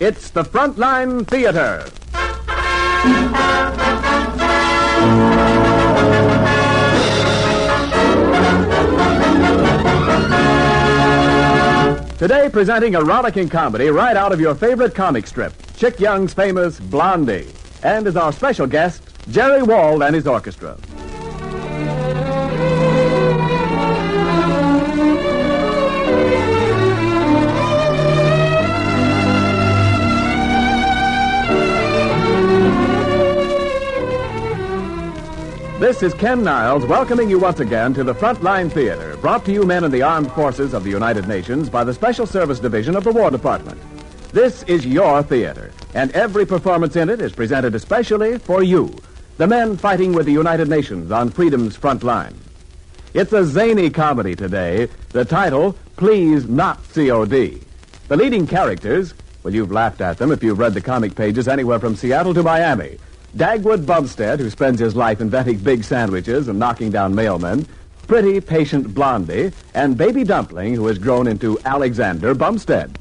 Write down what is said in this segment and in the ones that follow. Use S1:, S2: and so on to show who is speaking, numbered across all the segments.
S1: It's the Frontline Theater. Today, presenting a rollicking comedy right out of your favorite comic strip, Chick Young's famous Blondie. And as our special guest, Jerry Wald and his orchestra. This is Ken Niles welcoming you once again to the Frontline Theater, brought to you men in the armed forces of the United Nations by the Special Service Division of the War Department. This is your theater, and every performance in it is presented especially for you, the men fighting with the United Nations on freedom's front line. It's a zany comedy today, the title, Please Not COD. The leading characters, well, you've laughed at them if you've read the comic pages anywhere from Seattle to Miami. Dagwood Bumstead, who spends his life inventing big sandwiches and knocking down mailmen, pretty patient Blondie, and Baby Dumpling, who has grown into Alexander Bumstead.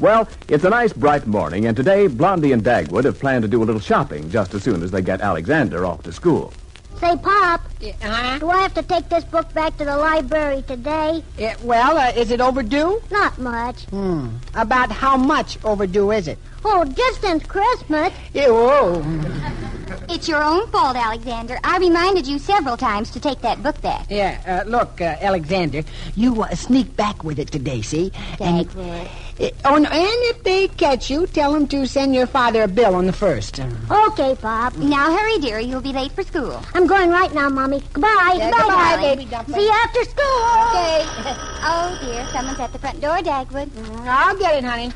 S1: Well, it's a nice bright morning, and today Blondie and Dagwood have planned to do a little shopping just as soon as they get Alexander off to school.
S2: Say, Pop,
S3: Uh-huh.
S2: do I have to take this book back to the library today?
S3: Yeah, well, uh, is it overdue?
S2: Not much.
S3: About how much overdue is it?
S2: Oh, just since Christmas.
S3: Ew.
S4: It's your own fault, Alexander. I reminded you several times to take that book back.
S3: Yeah, uh, look, uh, Alexander, you uh, sneak back with it today, see?
S4: Dagwood.
S3: And, uh, oh, no, and if they catch you, tell them to send your father a bill on the first. Uh,
S2: Okay, Pop.
S4: Now hurry, dearie. You'll be late for school.
S2: I'm going right now, Mommy. Goodbye.
S3: Yeah,
S2: goodbye,
S3: goodbye,
S2: darling.
S3: baby dumpling.
S2: See you after school.
S4: Okay. oh, dear. Someone's at the front door, Dagwood.
S3: I'll get it, honey.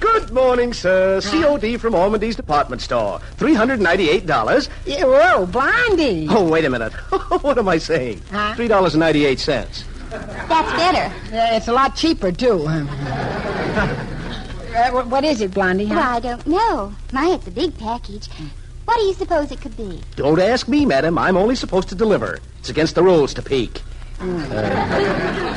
S5: Good morning, sir. COD from Ormandy's department store. $398.
S3: Yeah, whoa, Blondie. Uh,
S5: Oh, wait a minute. what am I saying?
S3: Huh?
S5: $3.98.
S4: That's better.
S3: Uh, it's a lot cheaper, too. uh, wh- what is it, Blondie? huh?
S4: Well, I don't know. My, it's a big package. What do you suppose it could be?
S5: Don't ask me, madam. I'm only supposed to deliver. It's against the rules to peek. Uh,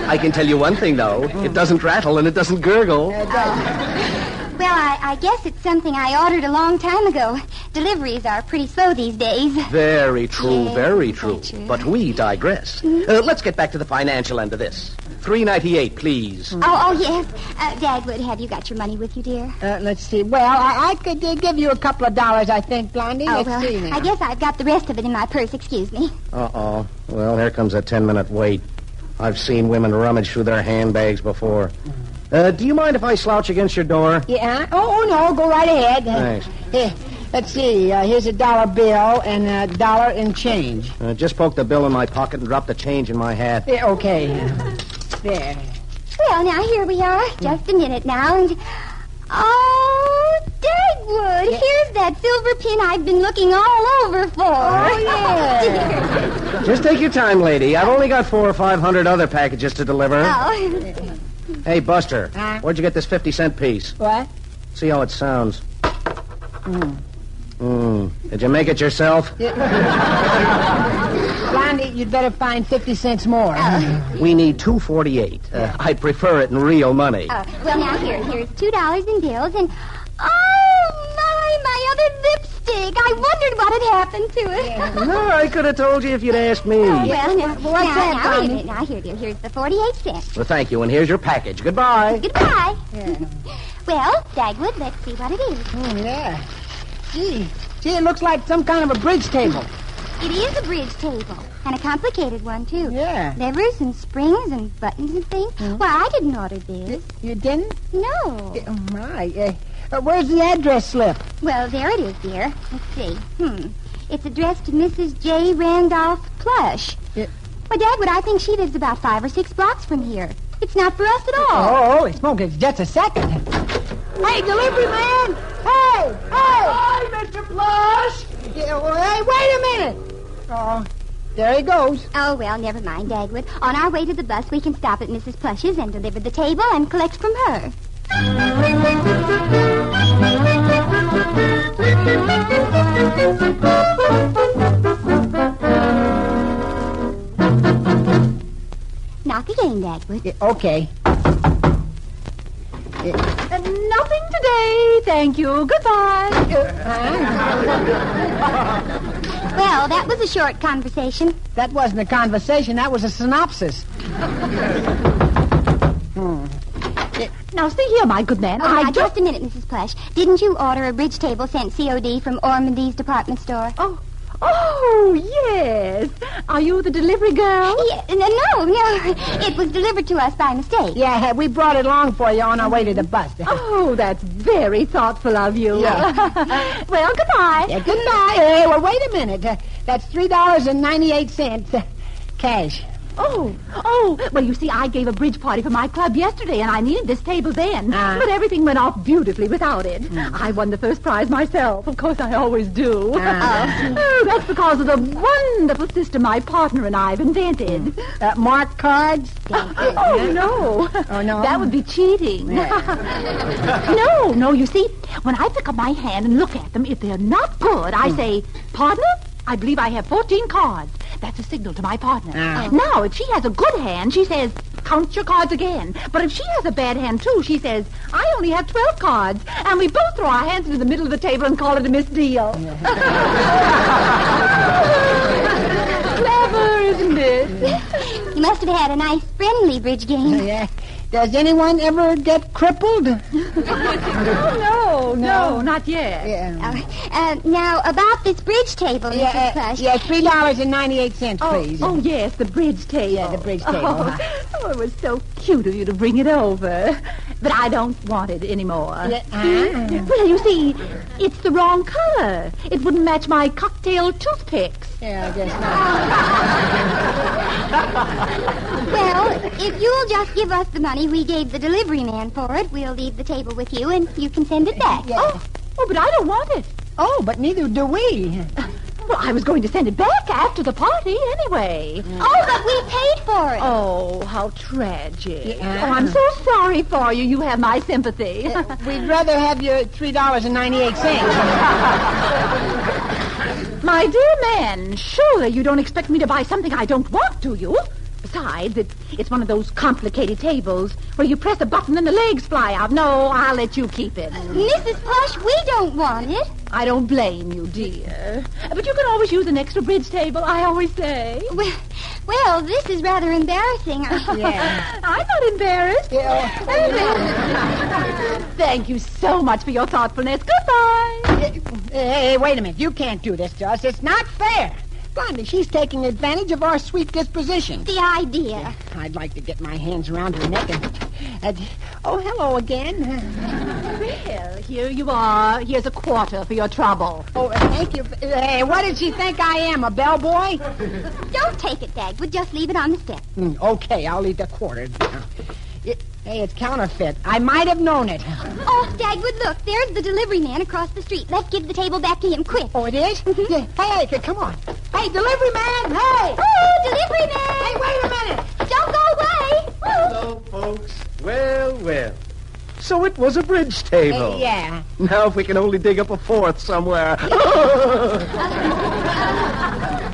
S5: I can tell you one thing, though. It doesn't rattle and it doesn't gurgle.
S4: Well, I, I guess it's something I ordered a long time ago. Deliveries are pretty slow these days.
S5: Very true,
S4: Yeah,
S5: very
S4: that's
S5: true.
S4: true.
S5: But we digress. Uh, let's get back to the financial end of this. 398, please.
S4: Oh, oh, yes. Uh, Dagwood, have you got your money with you, dear?
S3: Uh, let's see. Well, I, I could uh, give you a couple of dollars, I think, Blondie.
S4: Oh,
S3: let's
S4: well,
S3: see now.
S4: I guess I've got the rest of it in my purse. Excuse me.
S5: Uh-oh. Well, here comes a ten-minute wait. I've seen women rummage through their handbags before. Uh, do you mind if I slouch against your door?
S3: Yeah. Oh, oh, no. Go right ahead.
S5: Thanks.
S3: Here, let's see. Uh, here's a dollar bill and a dollar in change.
S5: Uh, just poke the bill in my pocket and drop the change in my hat.
S3: Yeah, okay. There.
S4: Well, now here we are. Just a minute now, and oh, Dagwood, here's that silver pin I've been looking all over for. Oh yeah.
S5: Just take your time, lady. I've only got four or five hundred other packages to deliver.
S3: Oh.
S4: Oh,
S5: Hey, Buster,
S3: Huh?
S5: where'd you get this fifty-cent piece?
S3: What?
S5: See how it sounds.
S3: Hmm.
S5: Mm. Did you make it yourself?
S3: Blondie, you'd better find 50 cents more.
S5: We need two forty-eight. Uh, I prefer it in real money.
S3: Oh.
S4: oh, well, now here, here's two dollars in bills, and oh my, my other lipstick! I wondered what had happened to it.
S5: No, I could have told you if you'd asked me.
S3: Oh,
S4: Well, now,
S3: What's
S4: now,
S3: that,
S4: now, wait a
S3: Bonnie?
S4: minute. Now, here, dear, here's the forty-eight cents.
S5: Well, thank you, and here's your package. Goodbye.
S4: Goodbye. well, Dagwood, let's see what it is.
S3: Mm, yeah. Gee. Gee, it looks like some kind of a bridge table.
S4: It is a bridge table, and a complicated one, too.
S3: Yeah. Mm-hmm.
S4: Levers and springs and buttons and things. Well, I didn't order this.
S3: You didn't?
S4: No.
S3: Oh, my. Uh, uh, where's the address slip?
S4: Well, there it is, dear. Let's see. Hmm. It's addressed to Mrs. J. Randolph Plush.
S3: Yeah.
S4: Well, Dagwood, I think she lives about five or six blocks from here. It's not for us at all.
S3: Oh, holy smoke. It's just a second. Hey, delivery man! Hey! Hey! Oh! Hi, Mr. Plush! Yeah, well, hey, wait a minute. Oh, there he goes.
S4: Oh, well, never mind, Dagwood. On our way to the bus, we can stop at Mrs. Plush's and deliver the table and collect from her. Knock again, Dagwood.
S3: Yeah, okay.
S6: Uh, nothing today, thank you. Goodbye.
S3: Uh,
S4: Well, that was a short conversation.
S3: That wasn't a conversation. That was a synopsis. Hmm.
S6: Uh, Now, see here, my good man.
S4: Oh,
S6: I
S4: now,
S6: do-
S4: just a minute, Mrs. Plush. Didn't you order a bridge table sent COD from Ormandy's department store?
S6: Oh, oh, yes. Are you the delivery girl?
S4: Yeah, n- no, no. It was delivered to us by mistake.
S3: Yeah, we brought it along for you on our way to the bus.
S6: Oh, that's very thoughtful of you.
S3: Yeah.
S6: well, goodbye.
S3: Yeah, goodbye. Hey, well, wait a minute. Uh, that's three dollars and ninety-eight cents, uh, cash.
S6: Oh, oh, well, you see, I gave a bridge party for my club yesterday, and I needed this table then.
S3: Ah. Hmm.
S6: But everything went off beautifully without it. I won the first prize myself. Of course, I always do.
S3: Ah.
S6: Oh, that's because of the wonderful system my partner and I have invented.
S3: Uh, mark cards.
S6: Oh, no.
S3: Oh, no?
S6: That would be cheating. no, no, you see, when I pick up my hand and look at them, if they're not good,
S3: Hmm.
S6: I say, Partner, I believe I have 14 cards. That's a signal to my partner. Oh.
S3: Ah.
S6: Now, if she has a good hand, she says, Count your cards again. But if she has a bad hand, too, she says, I only have 12 cards. And we both throw our hands into the middle of the table and call it a misdeal. Clever, isn't it?
S4: You must have had a nice friendly bridge game.
S3: Yeah. Does anyone ever get crippled?
S6: Oh, no, no, not yet.
S3: Yeah.
S4: Oh, uh, now, about this bridge table, Mrs.
S3: Yeah, uh,
S4: Plush.
S3: yeah, three dollars and ninety-eight cents,
S6: Oh,
S3: please.
S6: oh, yes, the bridge table.
S3: Yeah, the bridge uh-huh. table,
S6: Oh,
S3: huh?
S6: oh, it was so cute of you to bring it over. But I don't want it anymore.
S3: Yeah, ah.
S6: Well, you see, it's the wrong color. It wouldn't match my cocktail toothpicks.
S3: Yeah, I guess not.
S4: Well, if you'll just give us the money we gave the delivery man for it, we'll leave the table with you and you can send it back.
S3: Yeah.
S6: Oh, oh, but I don't want it.
S3: Oh, but neither do we.
S6: Well, I was going to send it back after the party anyway.
S3: Mm.
S4: Oh, but we paid for it.
S6: Oh, how tragic.
S3: Yeah.
S6: Oh, I'm so sorry for you. You have my sympathy.
S3: We'd rather have your three dollars and ninety-eight cents.
S6: My dear man, surely you don't expect me to buy something I don't want, do you? Besides, it, it's one of those complicated tables where you press a button and the legs fly out. No, I'll let you keep it.
S4: Mrs. Plush, we don't want it.
S6: I don't blame you, dear. But you can always use an extra bridge table, I always say.
S4: Well, well this is rather embarrassing.
S6: I'm not embarrassed.
S3: Yeah. oh,
S6: Thank you so much for your thoughtfulness. Goodbye.
S3: Hey, hey, wait a minute. You can't do this to us. It's not fair. Blondie, she's taking advantage of our sweet disposition.
S4: the idea.
S3: I'd like to get my hands around her neck and... and- oh, hello again.
S6: Well, here you are. Here's a quarter for your trouble.
S3: Oh, thank you. Hey, what did she think I am, a bellboy?
S4: Don't take it, Dagwood. Just leave it on the step.
S3: Mm, okay, I'll leave the quarter. It- hey, it's counterfeit. I might have known it.
S4: Oh, Dagwood, look. There's the delivery man across the street. Let's give the table back to him, quick.
S3: Oh, it is? Yeah. Hey, c- come on. Hey, delivery man, hey!
S4: Oh, delivery man!
S3: Hey, wait a minute.
S4: Don't go away!
S5: Hello, folks. Well, well. So it was a bridge table.
S3: Hey, yeah.
S5: Now, if we can only dig up a fourth somewhere.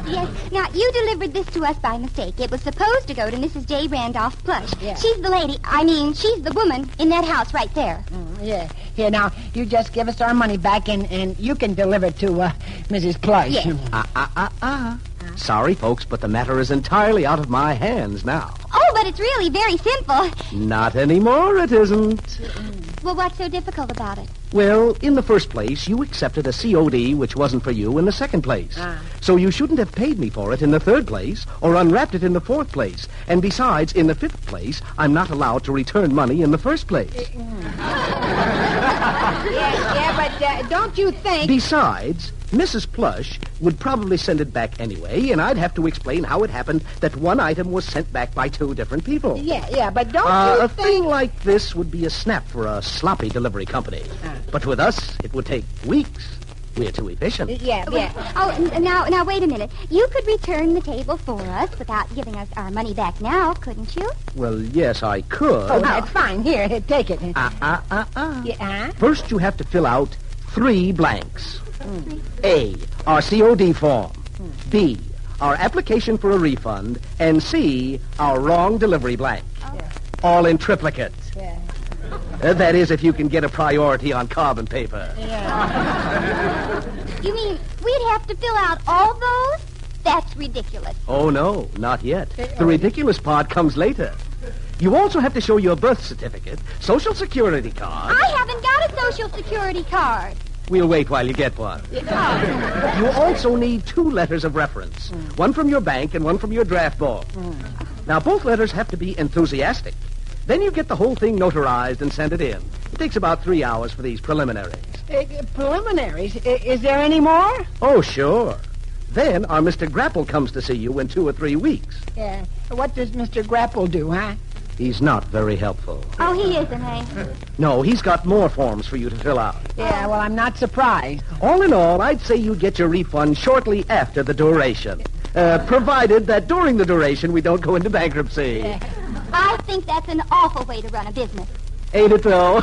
S4: Yes. Now, you delivered this to us by mistake. It was supposed to go to Mrs. J. Randolph Plush.
S3: Yeah.
S4: She's the lady, I mean, she's the woman in that house right there.
S3: Mm, Yeah. Here, now, you just give us our money back, and, and you can deliver it to uh, Mrs. Plush.
S4: Yeah.
S5: Ah, ah, ah, ah. Sorry, folks, but the matter is entirely out of my hands now.
S4: Oh, but it's really very simple.
S5: Not anymore, it isn't.
S4: Well, what's so difficult about it?
S5: Well, in the first place, you accepted a COD which wasn't for you in the second place. So you shouldn't have paid me for it in the third place or unwrapped it in the fourth place. And besides, in the fifth place, I'm not allowed to return money in the first place.
S3: Yeah, yeah, but uh, don't you think...
S5: Besides, Mrs. Plush would probably send it back anyway, and I'd have to explain how it happened that one item was sent back by two different people.
S3: Yeah, yeah, but don't
S5: Uh,
S3: you
S5: a
S3: think...
S5: thing like this would be a snap for a sloppy delivery company.
S3: Uh.
S5: But with us, it would take weeks. We're too efficient.
S3: Yeah, yeah.
S4: Oh, n- now, now, wait a minute. You could return the table for us without giving us our money back now, couldn't you?
S5: Well, yes, I could.
S3: Oh, that's fine. Here, here, take it.
S5: Ah, ah, ah, ah.
S3: Yeah, uh-huh. huh?
S5: First, you have to fill out three blanks.
S3: Hmm.
S5: A, our COD form. B, our application for a refund. And C, our wrong delivery blank. All in triplicate.
S3: Oh. Yeah.
S7: Uh, that is, if you can get a priority on carbon paper.
S4: You mean we'd have to fill out all those? That's ridiculous.
S7: Oh, no, not yet. The
S3: oh.
S7: ridiculous part comes later. You also have to show your birth certificate, social security card.
S4: I haven't got a social security card.
S7: We'll wait while you get one. You also need two letters of reference
S3: Mm.
S7: one from your bank and one from your draft board. Now, both letters have to be enthusiastic. Then you get the whole thing notarized and send it in. It takes about three hours for these preliminaries.
S3: Uh, preliminaries. I- is there any more?
S7: Oh, sure. Then our Mr. Grapple comes to see you in two or three weeks.
S3: Yeah. What does Mr. Grapple do, huh?
S7: He's not very helpful.
S4: Oh, he isn't, eh?
S7: No, he's got more forms for you to fill out.
S3: Yeah, well, I'm not surprised.
S7: All in all, I'd say you get your refund shortly after the duration. Uh, provided that during the duration we don't go into bankruptcy.
S4: I think that's an awful way to run a business.
S7: Ain't it, though?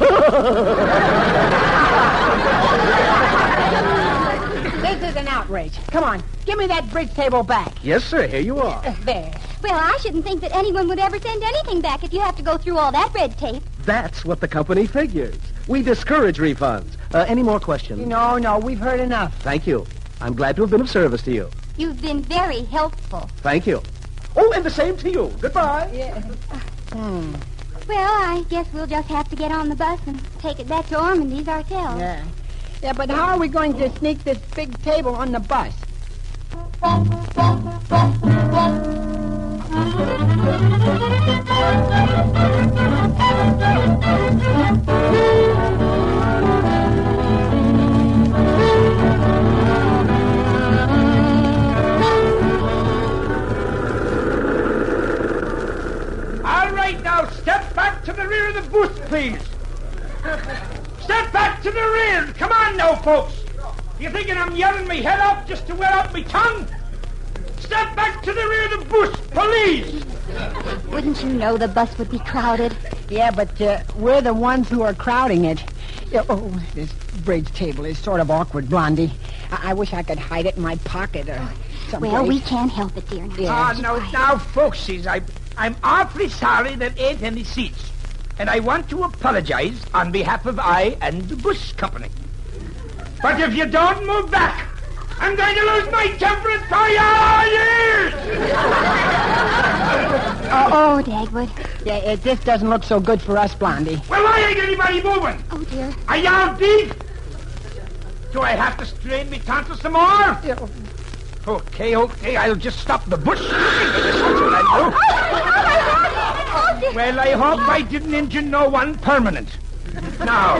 S3: This is an outrage. Come on, give me that bridge table back.
S7: yes, sir, here you are.
S3: There.
S4: Well, I shouldn't think that anyone would ever send anything back if you have to go through all that red tape.
S7: That's what the company figures. We discourage refunds. Uh, any more questions?
S3: No, Oh, no, we've heard enough.
S7: Thank you. I'm glad to have been of service to you.
S4: You've been very helpful.
S7: Thank you. Oh, and the same to you. Goodbye.
S4: Well, I guess we'll just have to get on the bus and take it back to Ormandy's ourselves.
S3: Yeah. Yeah, but how are we going to sneak this big table on the bus?
S5: All right, now step back to the rear of the booth, please. Step back to the rear. Come on now, folks. You thinking I'm yelling me head off just to wear out my tongue? Step back to the rear of the booth, please.
S4: Wouldn't you know the bus would be crowded?
S3: Yeah, but uh, we're the ones who are crowding it. Yeah, Oh, this bridge table is sort of awkward, Blondie. I, I wish I could hide it in my pocket or something.
S4: Well, we can't help it, dear. Now.
S5: Ah, now, now, folksies, I, I'm awfully sorry there ain't any seats. And I want to apologize on behalf of I and the bus company. But if you don't move back, I'm going to lose my temper for your ears!
S4: Oh, Dagwood.
S3: Yeah, it, this doesn't look so good for us, Blondie.
S5: Well, why ain't anybody moving?
S4: Oh, dear.
S5: Are y'all deep? Do I have to strain me tonsils some more? Okay, okay, I'll just stop the bush. That's what I'll do. Well, I hope I didn't injure no one permanent. Now,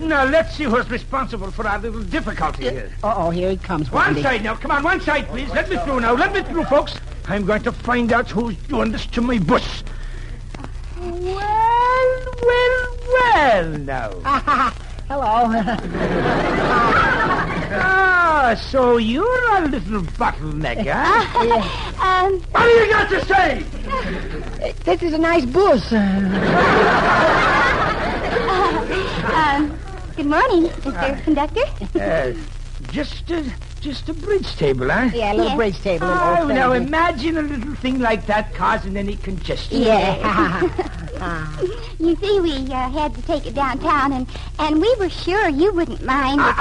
S5: now let's see who's responsible for our little difficulty here.
S3: Uh-oh, here he comes,
S5: One
S3: Blondie.
S5: side now, come on, one side, please. Let me through now. Let me through, folks. I'm going to find out who's doing this to my bush. Well, well, well, now.
S3: Hello.
S5: Ah, so you're a little bottleneck, huh?
S4: Um,
S5: what do you got to say?
S3: this is a nice bus. Uh,
S4: um, good morning, Mr. Conductor.
S5: Uh, just a, just a bridge table, huh?
S3: Yeah, a little
S4: Yes.
S3: bridge table. a little
S5: Oh,
S3: old
S5: now
S3: friendly.
S5: imagine a little thing like that causing any congestion.
S3: Yeah.
S4: you see, we uh, had to take it downtown, and, and we were sure you wouldn't mind if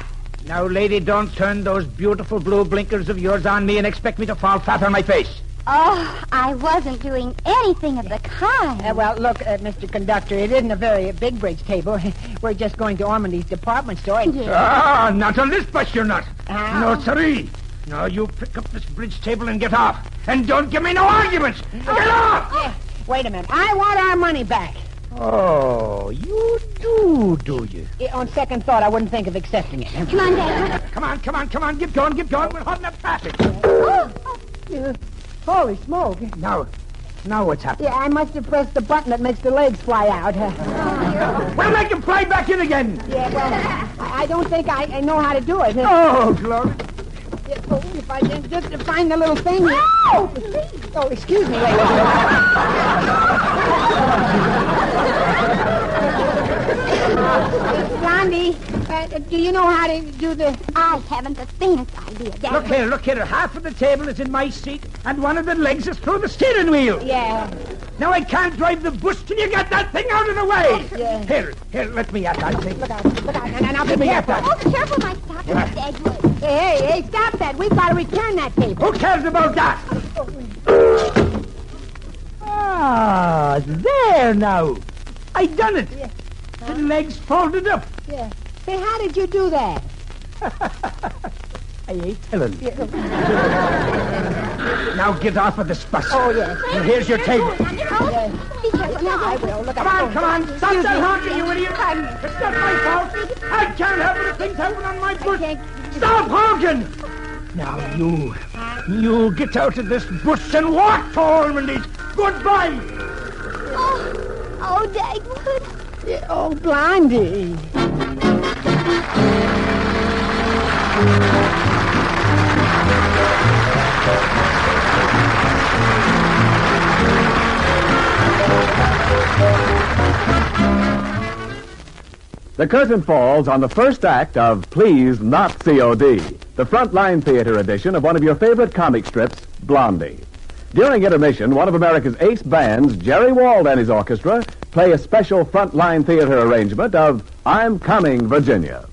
S4: we...
S5: Now, lady, don't turn those beautiful blue blinkers of yours on me and expect me to fall flat on my face.
S4: Oh, I wasn't doing anything of the kind.
S3: Uh, well, look, uh, Mr. Conductor, it isn't a very big bridge table. We're just going to Ormandy's department store. Uh, And,
S5: Ah, not on this bus, you're not.
S3: Ow.
S5: No, siree. Now, you pick up this bridge table and get off. And don't give me no arguments. Get off!
S3: Eh, wait a minute. I want our money back.
S5: Oh, you do, do you?
S3: Eh, on second thought, I wouldn't think of accepting it.
S4: Come on, Dagwood.
S5: Come on, come on, come on. Get going, get going. We're holding up traffic.
S3: Uh, holy smoke.
S5: Now, now what's happening?
S3: Yeah, I must have pressed the button that makes the legs fly out. Uh,
S5: We'll make him fly back in again.
S3: yeah, well, I, I don't think I, I know how to do it. Uh,
S5: Oh, glory.
S3: yeah, oh, if I can just find the little thing. Oh, oh excuse me. Wait, wait, wait. Blondie, uh, do you know how to do the...
S4: I haven't the faintest idea, Dagwood.
S5: Look here, look here. Half of the table is in my seat, and one of the legs is through the steering wheel.
S3: Yeah.
S5: Now I can't drive the bus till you get that thing out of the way.
S3: Yeah.
S5: Here, here, let me Oh, at that thing.
S3: Look out, look out, now, now, now, give me that.
S4: Oh, careful, my stockings, Dagwood.
S3: Hey, hey, hey, stop that. We've got to return that paper.
S5: Who cares about that? Ah, there now. I done it. The legs folded up.
S3: Yeah. Say, how did you do that?
S5: I ain't telling. now get off of this bus.
S3: Oh, yes.
S5: And here's your table.
S4: Be careful now.
S3: I will. Look out.
S5: Come on, come on. Stop that honking, you idiot. It's not my fault. I can't help it if things happen on my foot. Stop honking. Now you, you get out of this bush and walk to Ormondy's. Goodbye.
S4: Oh, oh, Dagwood.
S3: Oh, Blondie.
S1: The curtain falls on the first act of Please Not COD, the frontline theater edition of one of your favorite comic strips, Blondie. During intermission, one of America's ace bands, Jerry Wald and his orchestra, play a special frontline theater arrangement of I'm Coming, Virginia.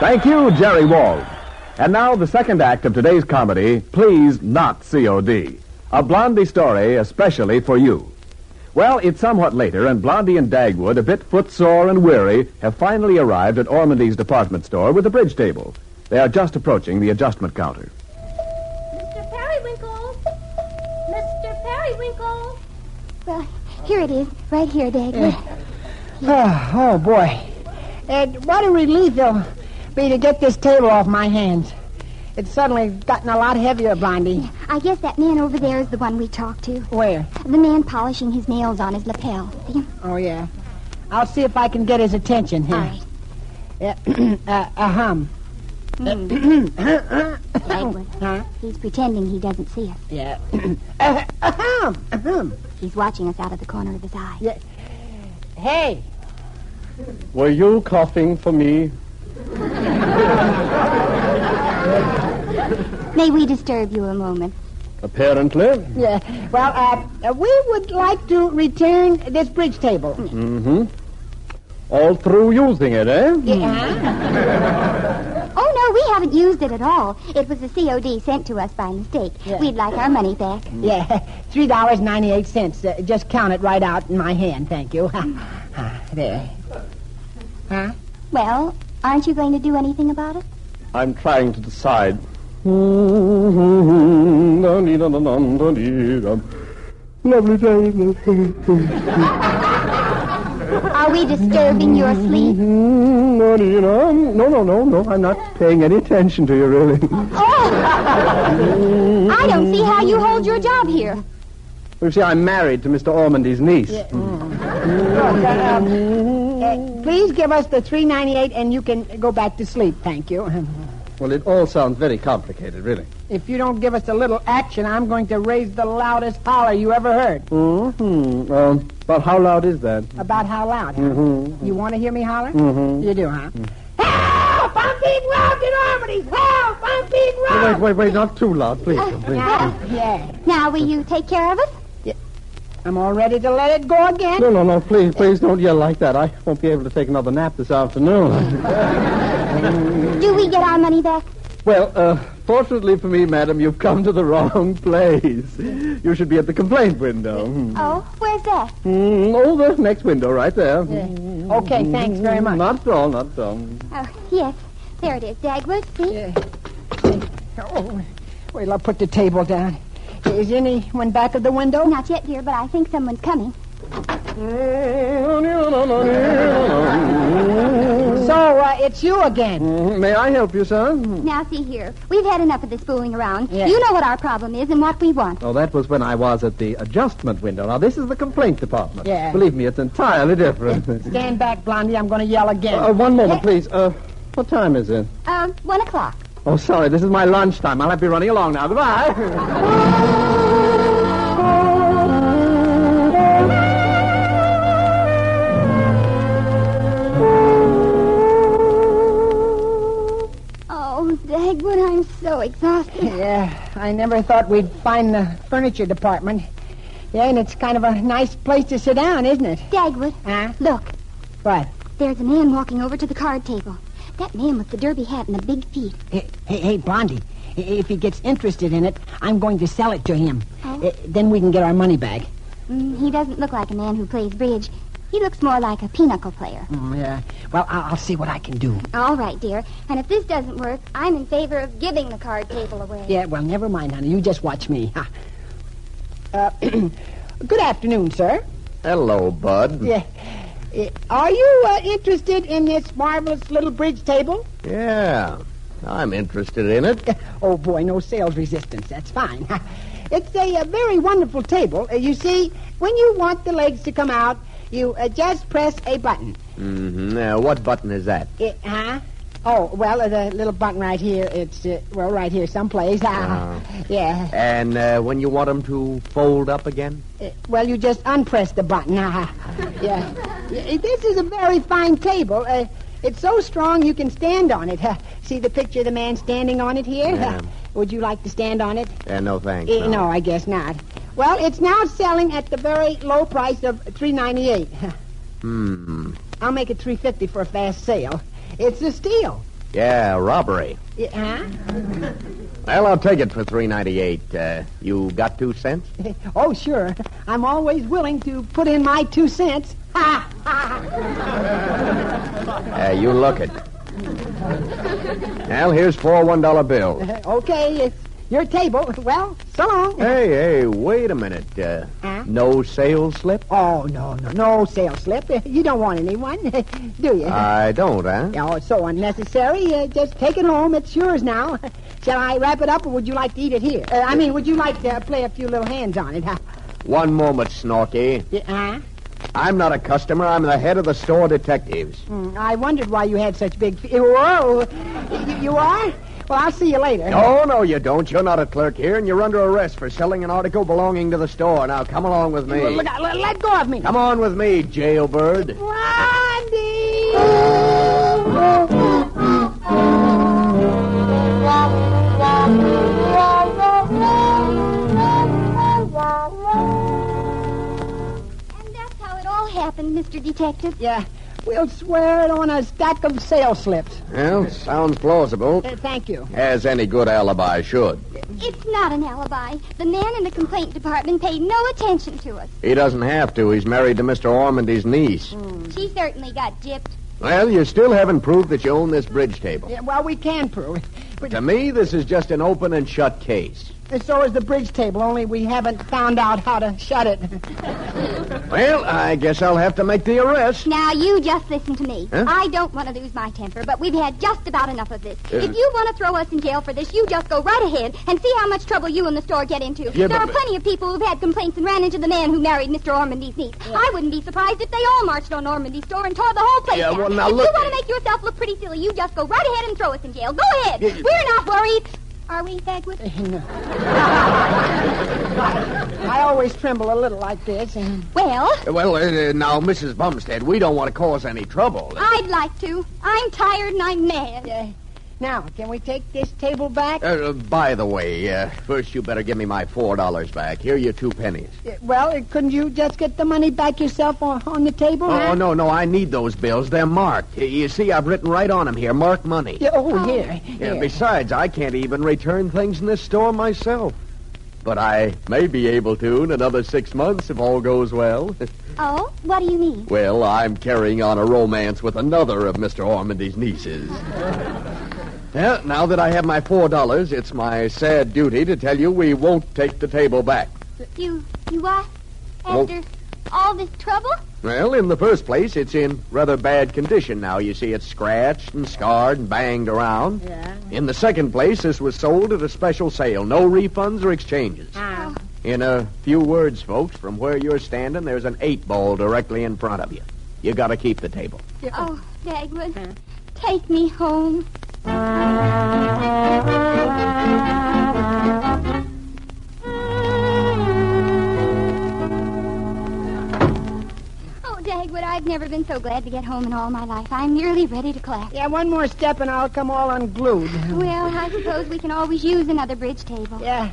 S1: Thank you, Jerry Wald. And now the second act of today's comedy, Please Not COD. A Blondie story especially for you. Well, it's somewhat later, and Blondie and Dagwood, a bit footsore and weary, have finally arrived at Ormondy's department store with a bridge table. They are just approaching the adjustment counter.
S8: Mr. Periwinkle! Mr. Periwinkle!
S4: Well, here it is, right here, Dagwood.
S3: Oh, oh, boy. And what a relief it'll be to get this table off my hands. It's suddenly gotten a lot heavier, Blondie.
S4: I guess that man over there is the one we talked to.
S3: Where?
S4: The man polishing his nails on his lapel. See him?
S3: Oh, yeah. I'll see if I can get his attention here.
S4: All right.
S3: Yeah, uh, a hum.
S4: Dagwood.
S3: Huh?
S4: Mm. He's pretending he doesn't see us.
S3: Yeah. a a hum. A hum.
S4: He's watching us out of the corner of his eye.
S3: Hey.
S9: Were you coughing for me?
S4: May we disturb you a moment?
S9: Apparently.
S3: Yeah. Well, uh, uh, we would like to return this bridge table.
S9: All through using it, eh?
S3: Yeah.
S4: Oh, no, we haven't used it at all. It was a COD sent to us by mistake.
S3: Yeah.
S4: We'd like our money back.
S3: Yeah. Three dollars ninety-eight cents. Uh, just count it right out in my hand. Thank you. There. Huh?
S4: Well, aren't you going to do anything about it?
S5: I'm trying to decide. Lovely
S3: Uh-uh.
S4: Are we disturbing your sleep?
S5: No, no, no, no. I'm not paying any attention to you, really.
S4: Oh! I don't see how you hold your job here.
S5: You see, I'm married to Mr. Ormandy's niece.
S3: Look, uh, um, uh, please give us the 398 and you can go back to sleep, thank you.
S5: Well, it all sounds very complicated, really.
S3: If you don't give us a little action, I'm going to raise the loudest holler you ever heard.
S5: Mm-hmm. Um, but how loud is that?
S3: About how loud? huh?
S5: Mhm.
S3: You want to hear me holler?
S5: Mhm.
S3: You do, huh? Help! I'm being robbed in Armony's! Help! I'm being
S5: Wait,
S3: robbed!
S5: wait, wait, not too loud, please. please.
S3: Now, yeah,
S4: Now, will you take care of us?
S3: I'm all ready to let it go again.
S5: No, no, no, please, please don't yell like that. I won't be able to take another nap this afternoon.
S4: Do we get our money back?
S5: well, uh, fortunately for me, madam, you've come to the wrong place. You should be at the complaint window. Hmm.
S4: Oh, where's that?
S5: Mm, oh, the next window, right there.
S3: Okay, thanks very much.
S5: Not at all, not at all.
S4: Oh, yes. There it is, Dagwood. See?
S3: Yeah. Oh, wait, I'll put the table down. Is anyone back of the window?
S4: Not yet, dear, but I think someone's coming.
S3: So, uh, it's you again.
S5: May I help you, sir?
S4: Now, see here. We've had enough of this fooling around.
S3: Hmm. Yeah.
S4: You know what our problem is and what we want.
S5: Oh, that was when I was at the adjustment window. Now, this is the complaint department.
S3: Yeah.
S5: Believe me, it's entirely different.
S3: Stand back, Blondie. I'm going to yell again.
S5: Uh, one moment, please. Uh, what time is it?
S4: Um, one o'clock.
S5: Oh, sorry, this is my lunchtime. I'll have to be running along now. Goodbye.
S4: Oh, Dagwood, I'm so exhausted.
S3: Yeah, I never thought we'd find the furniture department. Yeah, and it's kind of a nice place to sit down, isn't it?
S4: Dagwood,
S3: Huh?
S4: look.
S3: What?
S4: There's a man walking over to the card table. That man with the derby hat and the big feet.
S3: Hey, hey, hey, Blondie. i- If he gets interested in it, I'm going to sell it to him.
S4: Oh.
S3: Uh, Then we can get our money back.
S4: Mm, he doesn't look like a man who plays bridge. He looks more like a pinochle player.
S3: Mm, yeah. Well, I- I'll see what I can do.
S4: All right, dear. And if this doesn't work, I'm in favor of giving the card table away.
S3: Yeah, well, never mind, honey. You just watch me. Ha. Uh, good afternoon, sir.
S5: Hello, Bud.
S3: Yeah. Uh, Are you uh, interested in this marvelous little bridge table?
S5: Yeah, I'm interested in it.
S3: Oh boy, no sales resistance. That's fine. it's a, uh very wonderful table. Uh, you see, when you want the legs to come out, you uh, just press a button.
S10: Mm-hmm. Now, what button is that?
S3: It, huh? Oh well, uh, the little button right here. It's uh, well right here someplace. Ah, yeah.
S10: And uh, when you want them to fold up again?
S3: Uh, well, you just unpress the button. Ah, yeah. Yeah, This is a very fine table. Uh, it's so strong you can stand on it. see the picture of the man standing on it here.
S10: Yeah.
S3: Would you like to stand on it?
S10: Uh, no, thanks.
S3: Eh, no, I guess not. Well, it's now selling at the very low price of three ninety eight.
S10: Hmm.
S3: I'll make it three fifty for a fast sale. It's a steal.
S10: Yeah, robbery.
S3: Y- Huh?
S10: Well, I'll take it for three ninety-eight. Uh, you got two cents?
S3: Oh, sure. I'm always willing to put in my two cents. Ha!
S10: Uh, you look it. well, here's four one-dollar bills.
S3: Uh, Okay, it's your table. Well, so long.
S10: Hey, hey, wait a minute. Uh,
S3: Huh?
S10: No sales slip?
S3: Oh, no, no, no sales slip. You don't want anyone, do you?
S5: Uh.
S10: I don't, huh?
S3: oh, it's so unnecessary. Uh, just take it home. It's yours now. Shall I wrap it up, or would you like to eat it here? Uh, I mean, would you like to play a few little hands on it?
S10: One moment, Snorky.
S3: Y- Huh?
S10: I'm not a customer. I'm the head of the store detectives.
S3: Mm, I wondered why you had such big feet. Whoa! You, you are? Well, I'll see you later.
S10: No, no, you don't. You're not a clerk here, and you're under arrest for selling an article belonging to the store. Now, come along with me.
S3: Well, Look, out, let, let go of me.
S10: Come on with me, jailbird.
S4: And that's how it all happened, Mr. Detective.
S3: Yeah. We'll swear it on a stack of sales slips.
S5: Well, sounds plausible.
S3: Uh, thank you.
S5: As any good alibi should.
S4: It's not an alibi. The man in the complaint department paid no attention to us.
S5: He doesn't have to. He's married to Mr. Ormandy's niece.
S4: She certainly got gypped.
S5: Well, you still haven't proved that you own this bridge table.
S3: Yeah, well, we can prove it. But
S5: To me, this is just an open and shut case.
S3: so is the bridge table, only we haven't found out how to shut it.
S5: Well, I guess I'll have to make the arrest.
S4: Now, you just listen to me.
S5: Huh?
S4: I don't want to lose my temper, but we've had just about enough of this. if you want to throw us in jail for this, you just go right ahead and see how much trouble you and the store get into.
S5: Yeah,
S4: there are
S5: but-
S4: plenty of people who've had complaints and ran into the man who married Mr. Ormandy's niece. I wouldn't be surprised if they all marched on Ormandy's store and tore the whole place
S5: Yeah,
S4: down.
S5: well, now
S4: if
S5: look-
S4: you want to make yourself look pretty silly, you just go right ahead and throw us in jail. Go ahead.
S5: Yeah, you-
S4: We're not worried. Are we, Thagwood?
S3: I always tremble a little like this. And
S4: Well,
S5: Well, uh, now, Mrs. Bumstead, we don't want to cause any trouble.
S4: I'd like to. I'm tired and I'm mad.
S3: now, can we take this table back?
S5: Uh, by the way, uh, first you better give me my four dollars back. Here are your two pennies.
S3: Uh, Well, uh, couldn't you just get the money back yourself on, on the table?
S5: Oh,
S3: huh?
S5: no, no, I need those bills. They're marked. Y- You see, I've written right on them here, mark money.
S3: Yeah, oh, here.
S5: Yeah,
S3: here.
S5: besides, I can't even return things in this store myself. But I may be able to in another six months if all goes well.
S4: Oh, what do you mean?
S5: well, I'm carrying on a romance with another of Mr. Ormandy's nieces. Well, now that I have my four dollars, it's my sad duty to tell you we won't take the table back.
S4: You, you what?
S5: Well-
S4: After all this trouble?
S5: Well, in the first place, it's in rather bad condition now. You see, it's scratched and scarred and banged around.
S3: Yeah.
S5: In the second place, this was sold at a special sale. No refunds or exchanges.
S3: Ah.
S5: In a few words, folks, from where you're standing, there's an eight ball directly in front of you. You gotta keep the table.
S4: Oh, Dagwood, take me home. Oh, Oh, Dagwood, I've never been so glad to get home in all my life. I'm nearly ready to collapse.
S3: Yeah, one more step and I'll come all unglued.
S4: Well, I suppose we can always use another bridge table.
S3: Yeah.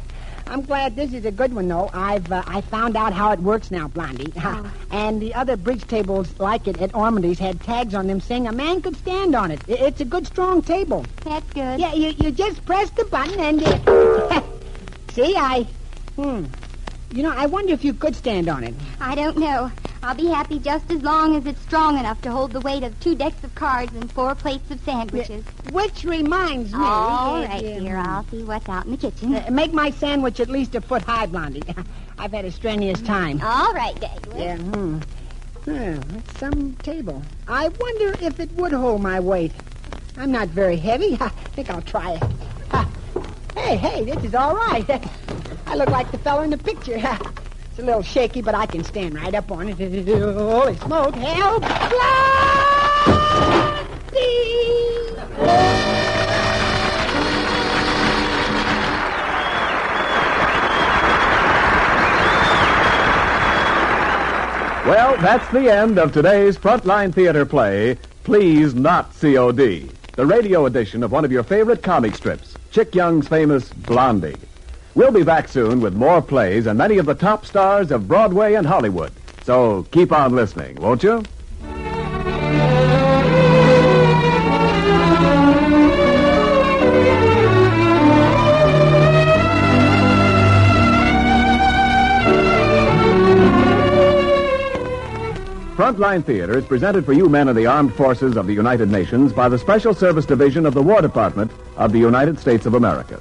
S3: I'm glad this is a good one, though. I've uh, I found out how it works now, Blondie. and the other bridge tables like it at Ormandy's had tags on them saying a man could stand on it. I- It's a good, strong table.
S4: That's good.
S3: Yeah, you, you just press the button and... Uh, see, I... Hmm. You know, I wonder if you could stand on it.
S4: I don't know. I'll be happy just as long as it's strong enough to hold the weight of two decks of cards and four plates of sandwiches.
S3: Which reminds me...
S4: All
S3: Yeah,
S4: right,
S3: yeah.
S4: dear. I'll see what's out in the kitchen.
S3: Uh, make my sandwich at least a foot high, Blondie. I've had a strenuous time.
S4: All right, Dagwood.
S3: Yeah, hmm. Yeah, that's some table. I wonder if it would hold my weight. I'm not very heavy. I think I'll try it. Ha. Hey, hey, this is all right. I look like the fellow in the picture. Ha. It's a little shaky, but I can stand right up on it. Holy smoke, help! Blondie!
S1: Well, that's the end of today's Frontline Theater play, Please Not COD, the radio edition of one of your favorite comic strips, Chick Young's famous Blondie. We'll be back soon with more plays and many of the top stars of Broadway and Hollywood. So keep on listening, won't you? Frontline Theater is presented for you men of the armed forces of the United Nations by the Special Service Division of the War Department of the United States of America.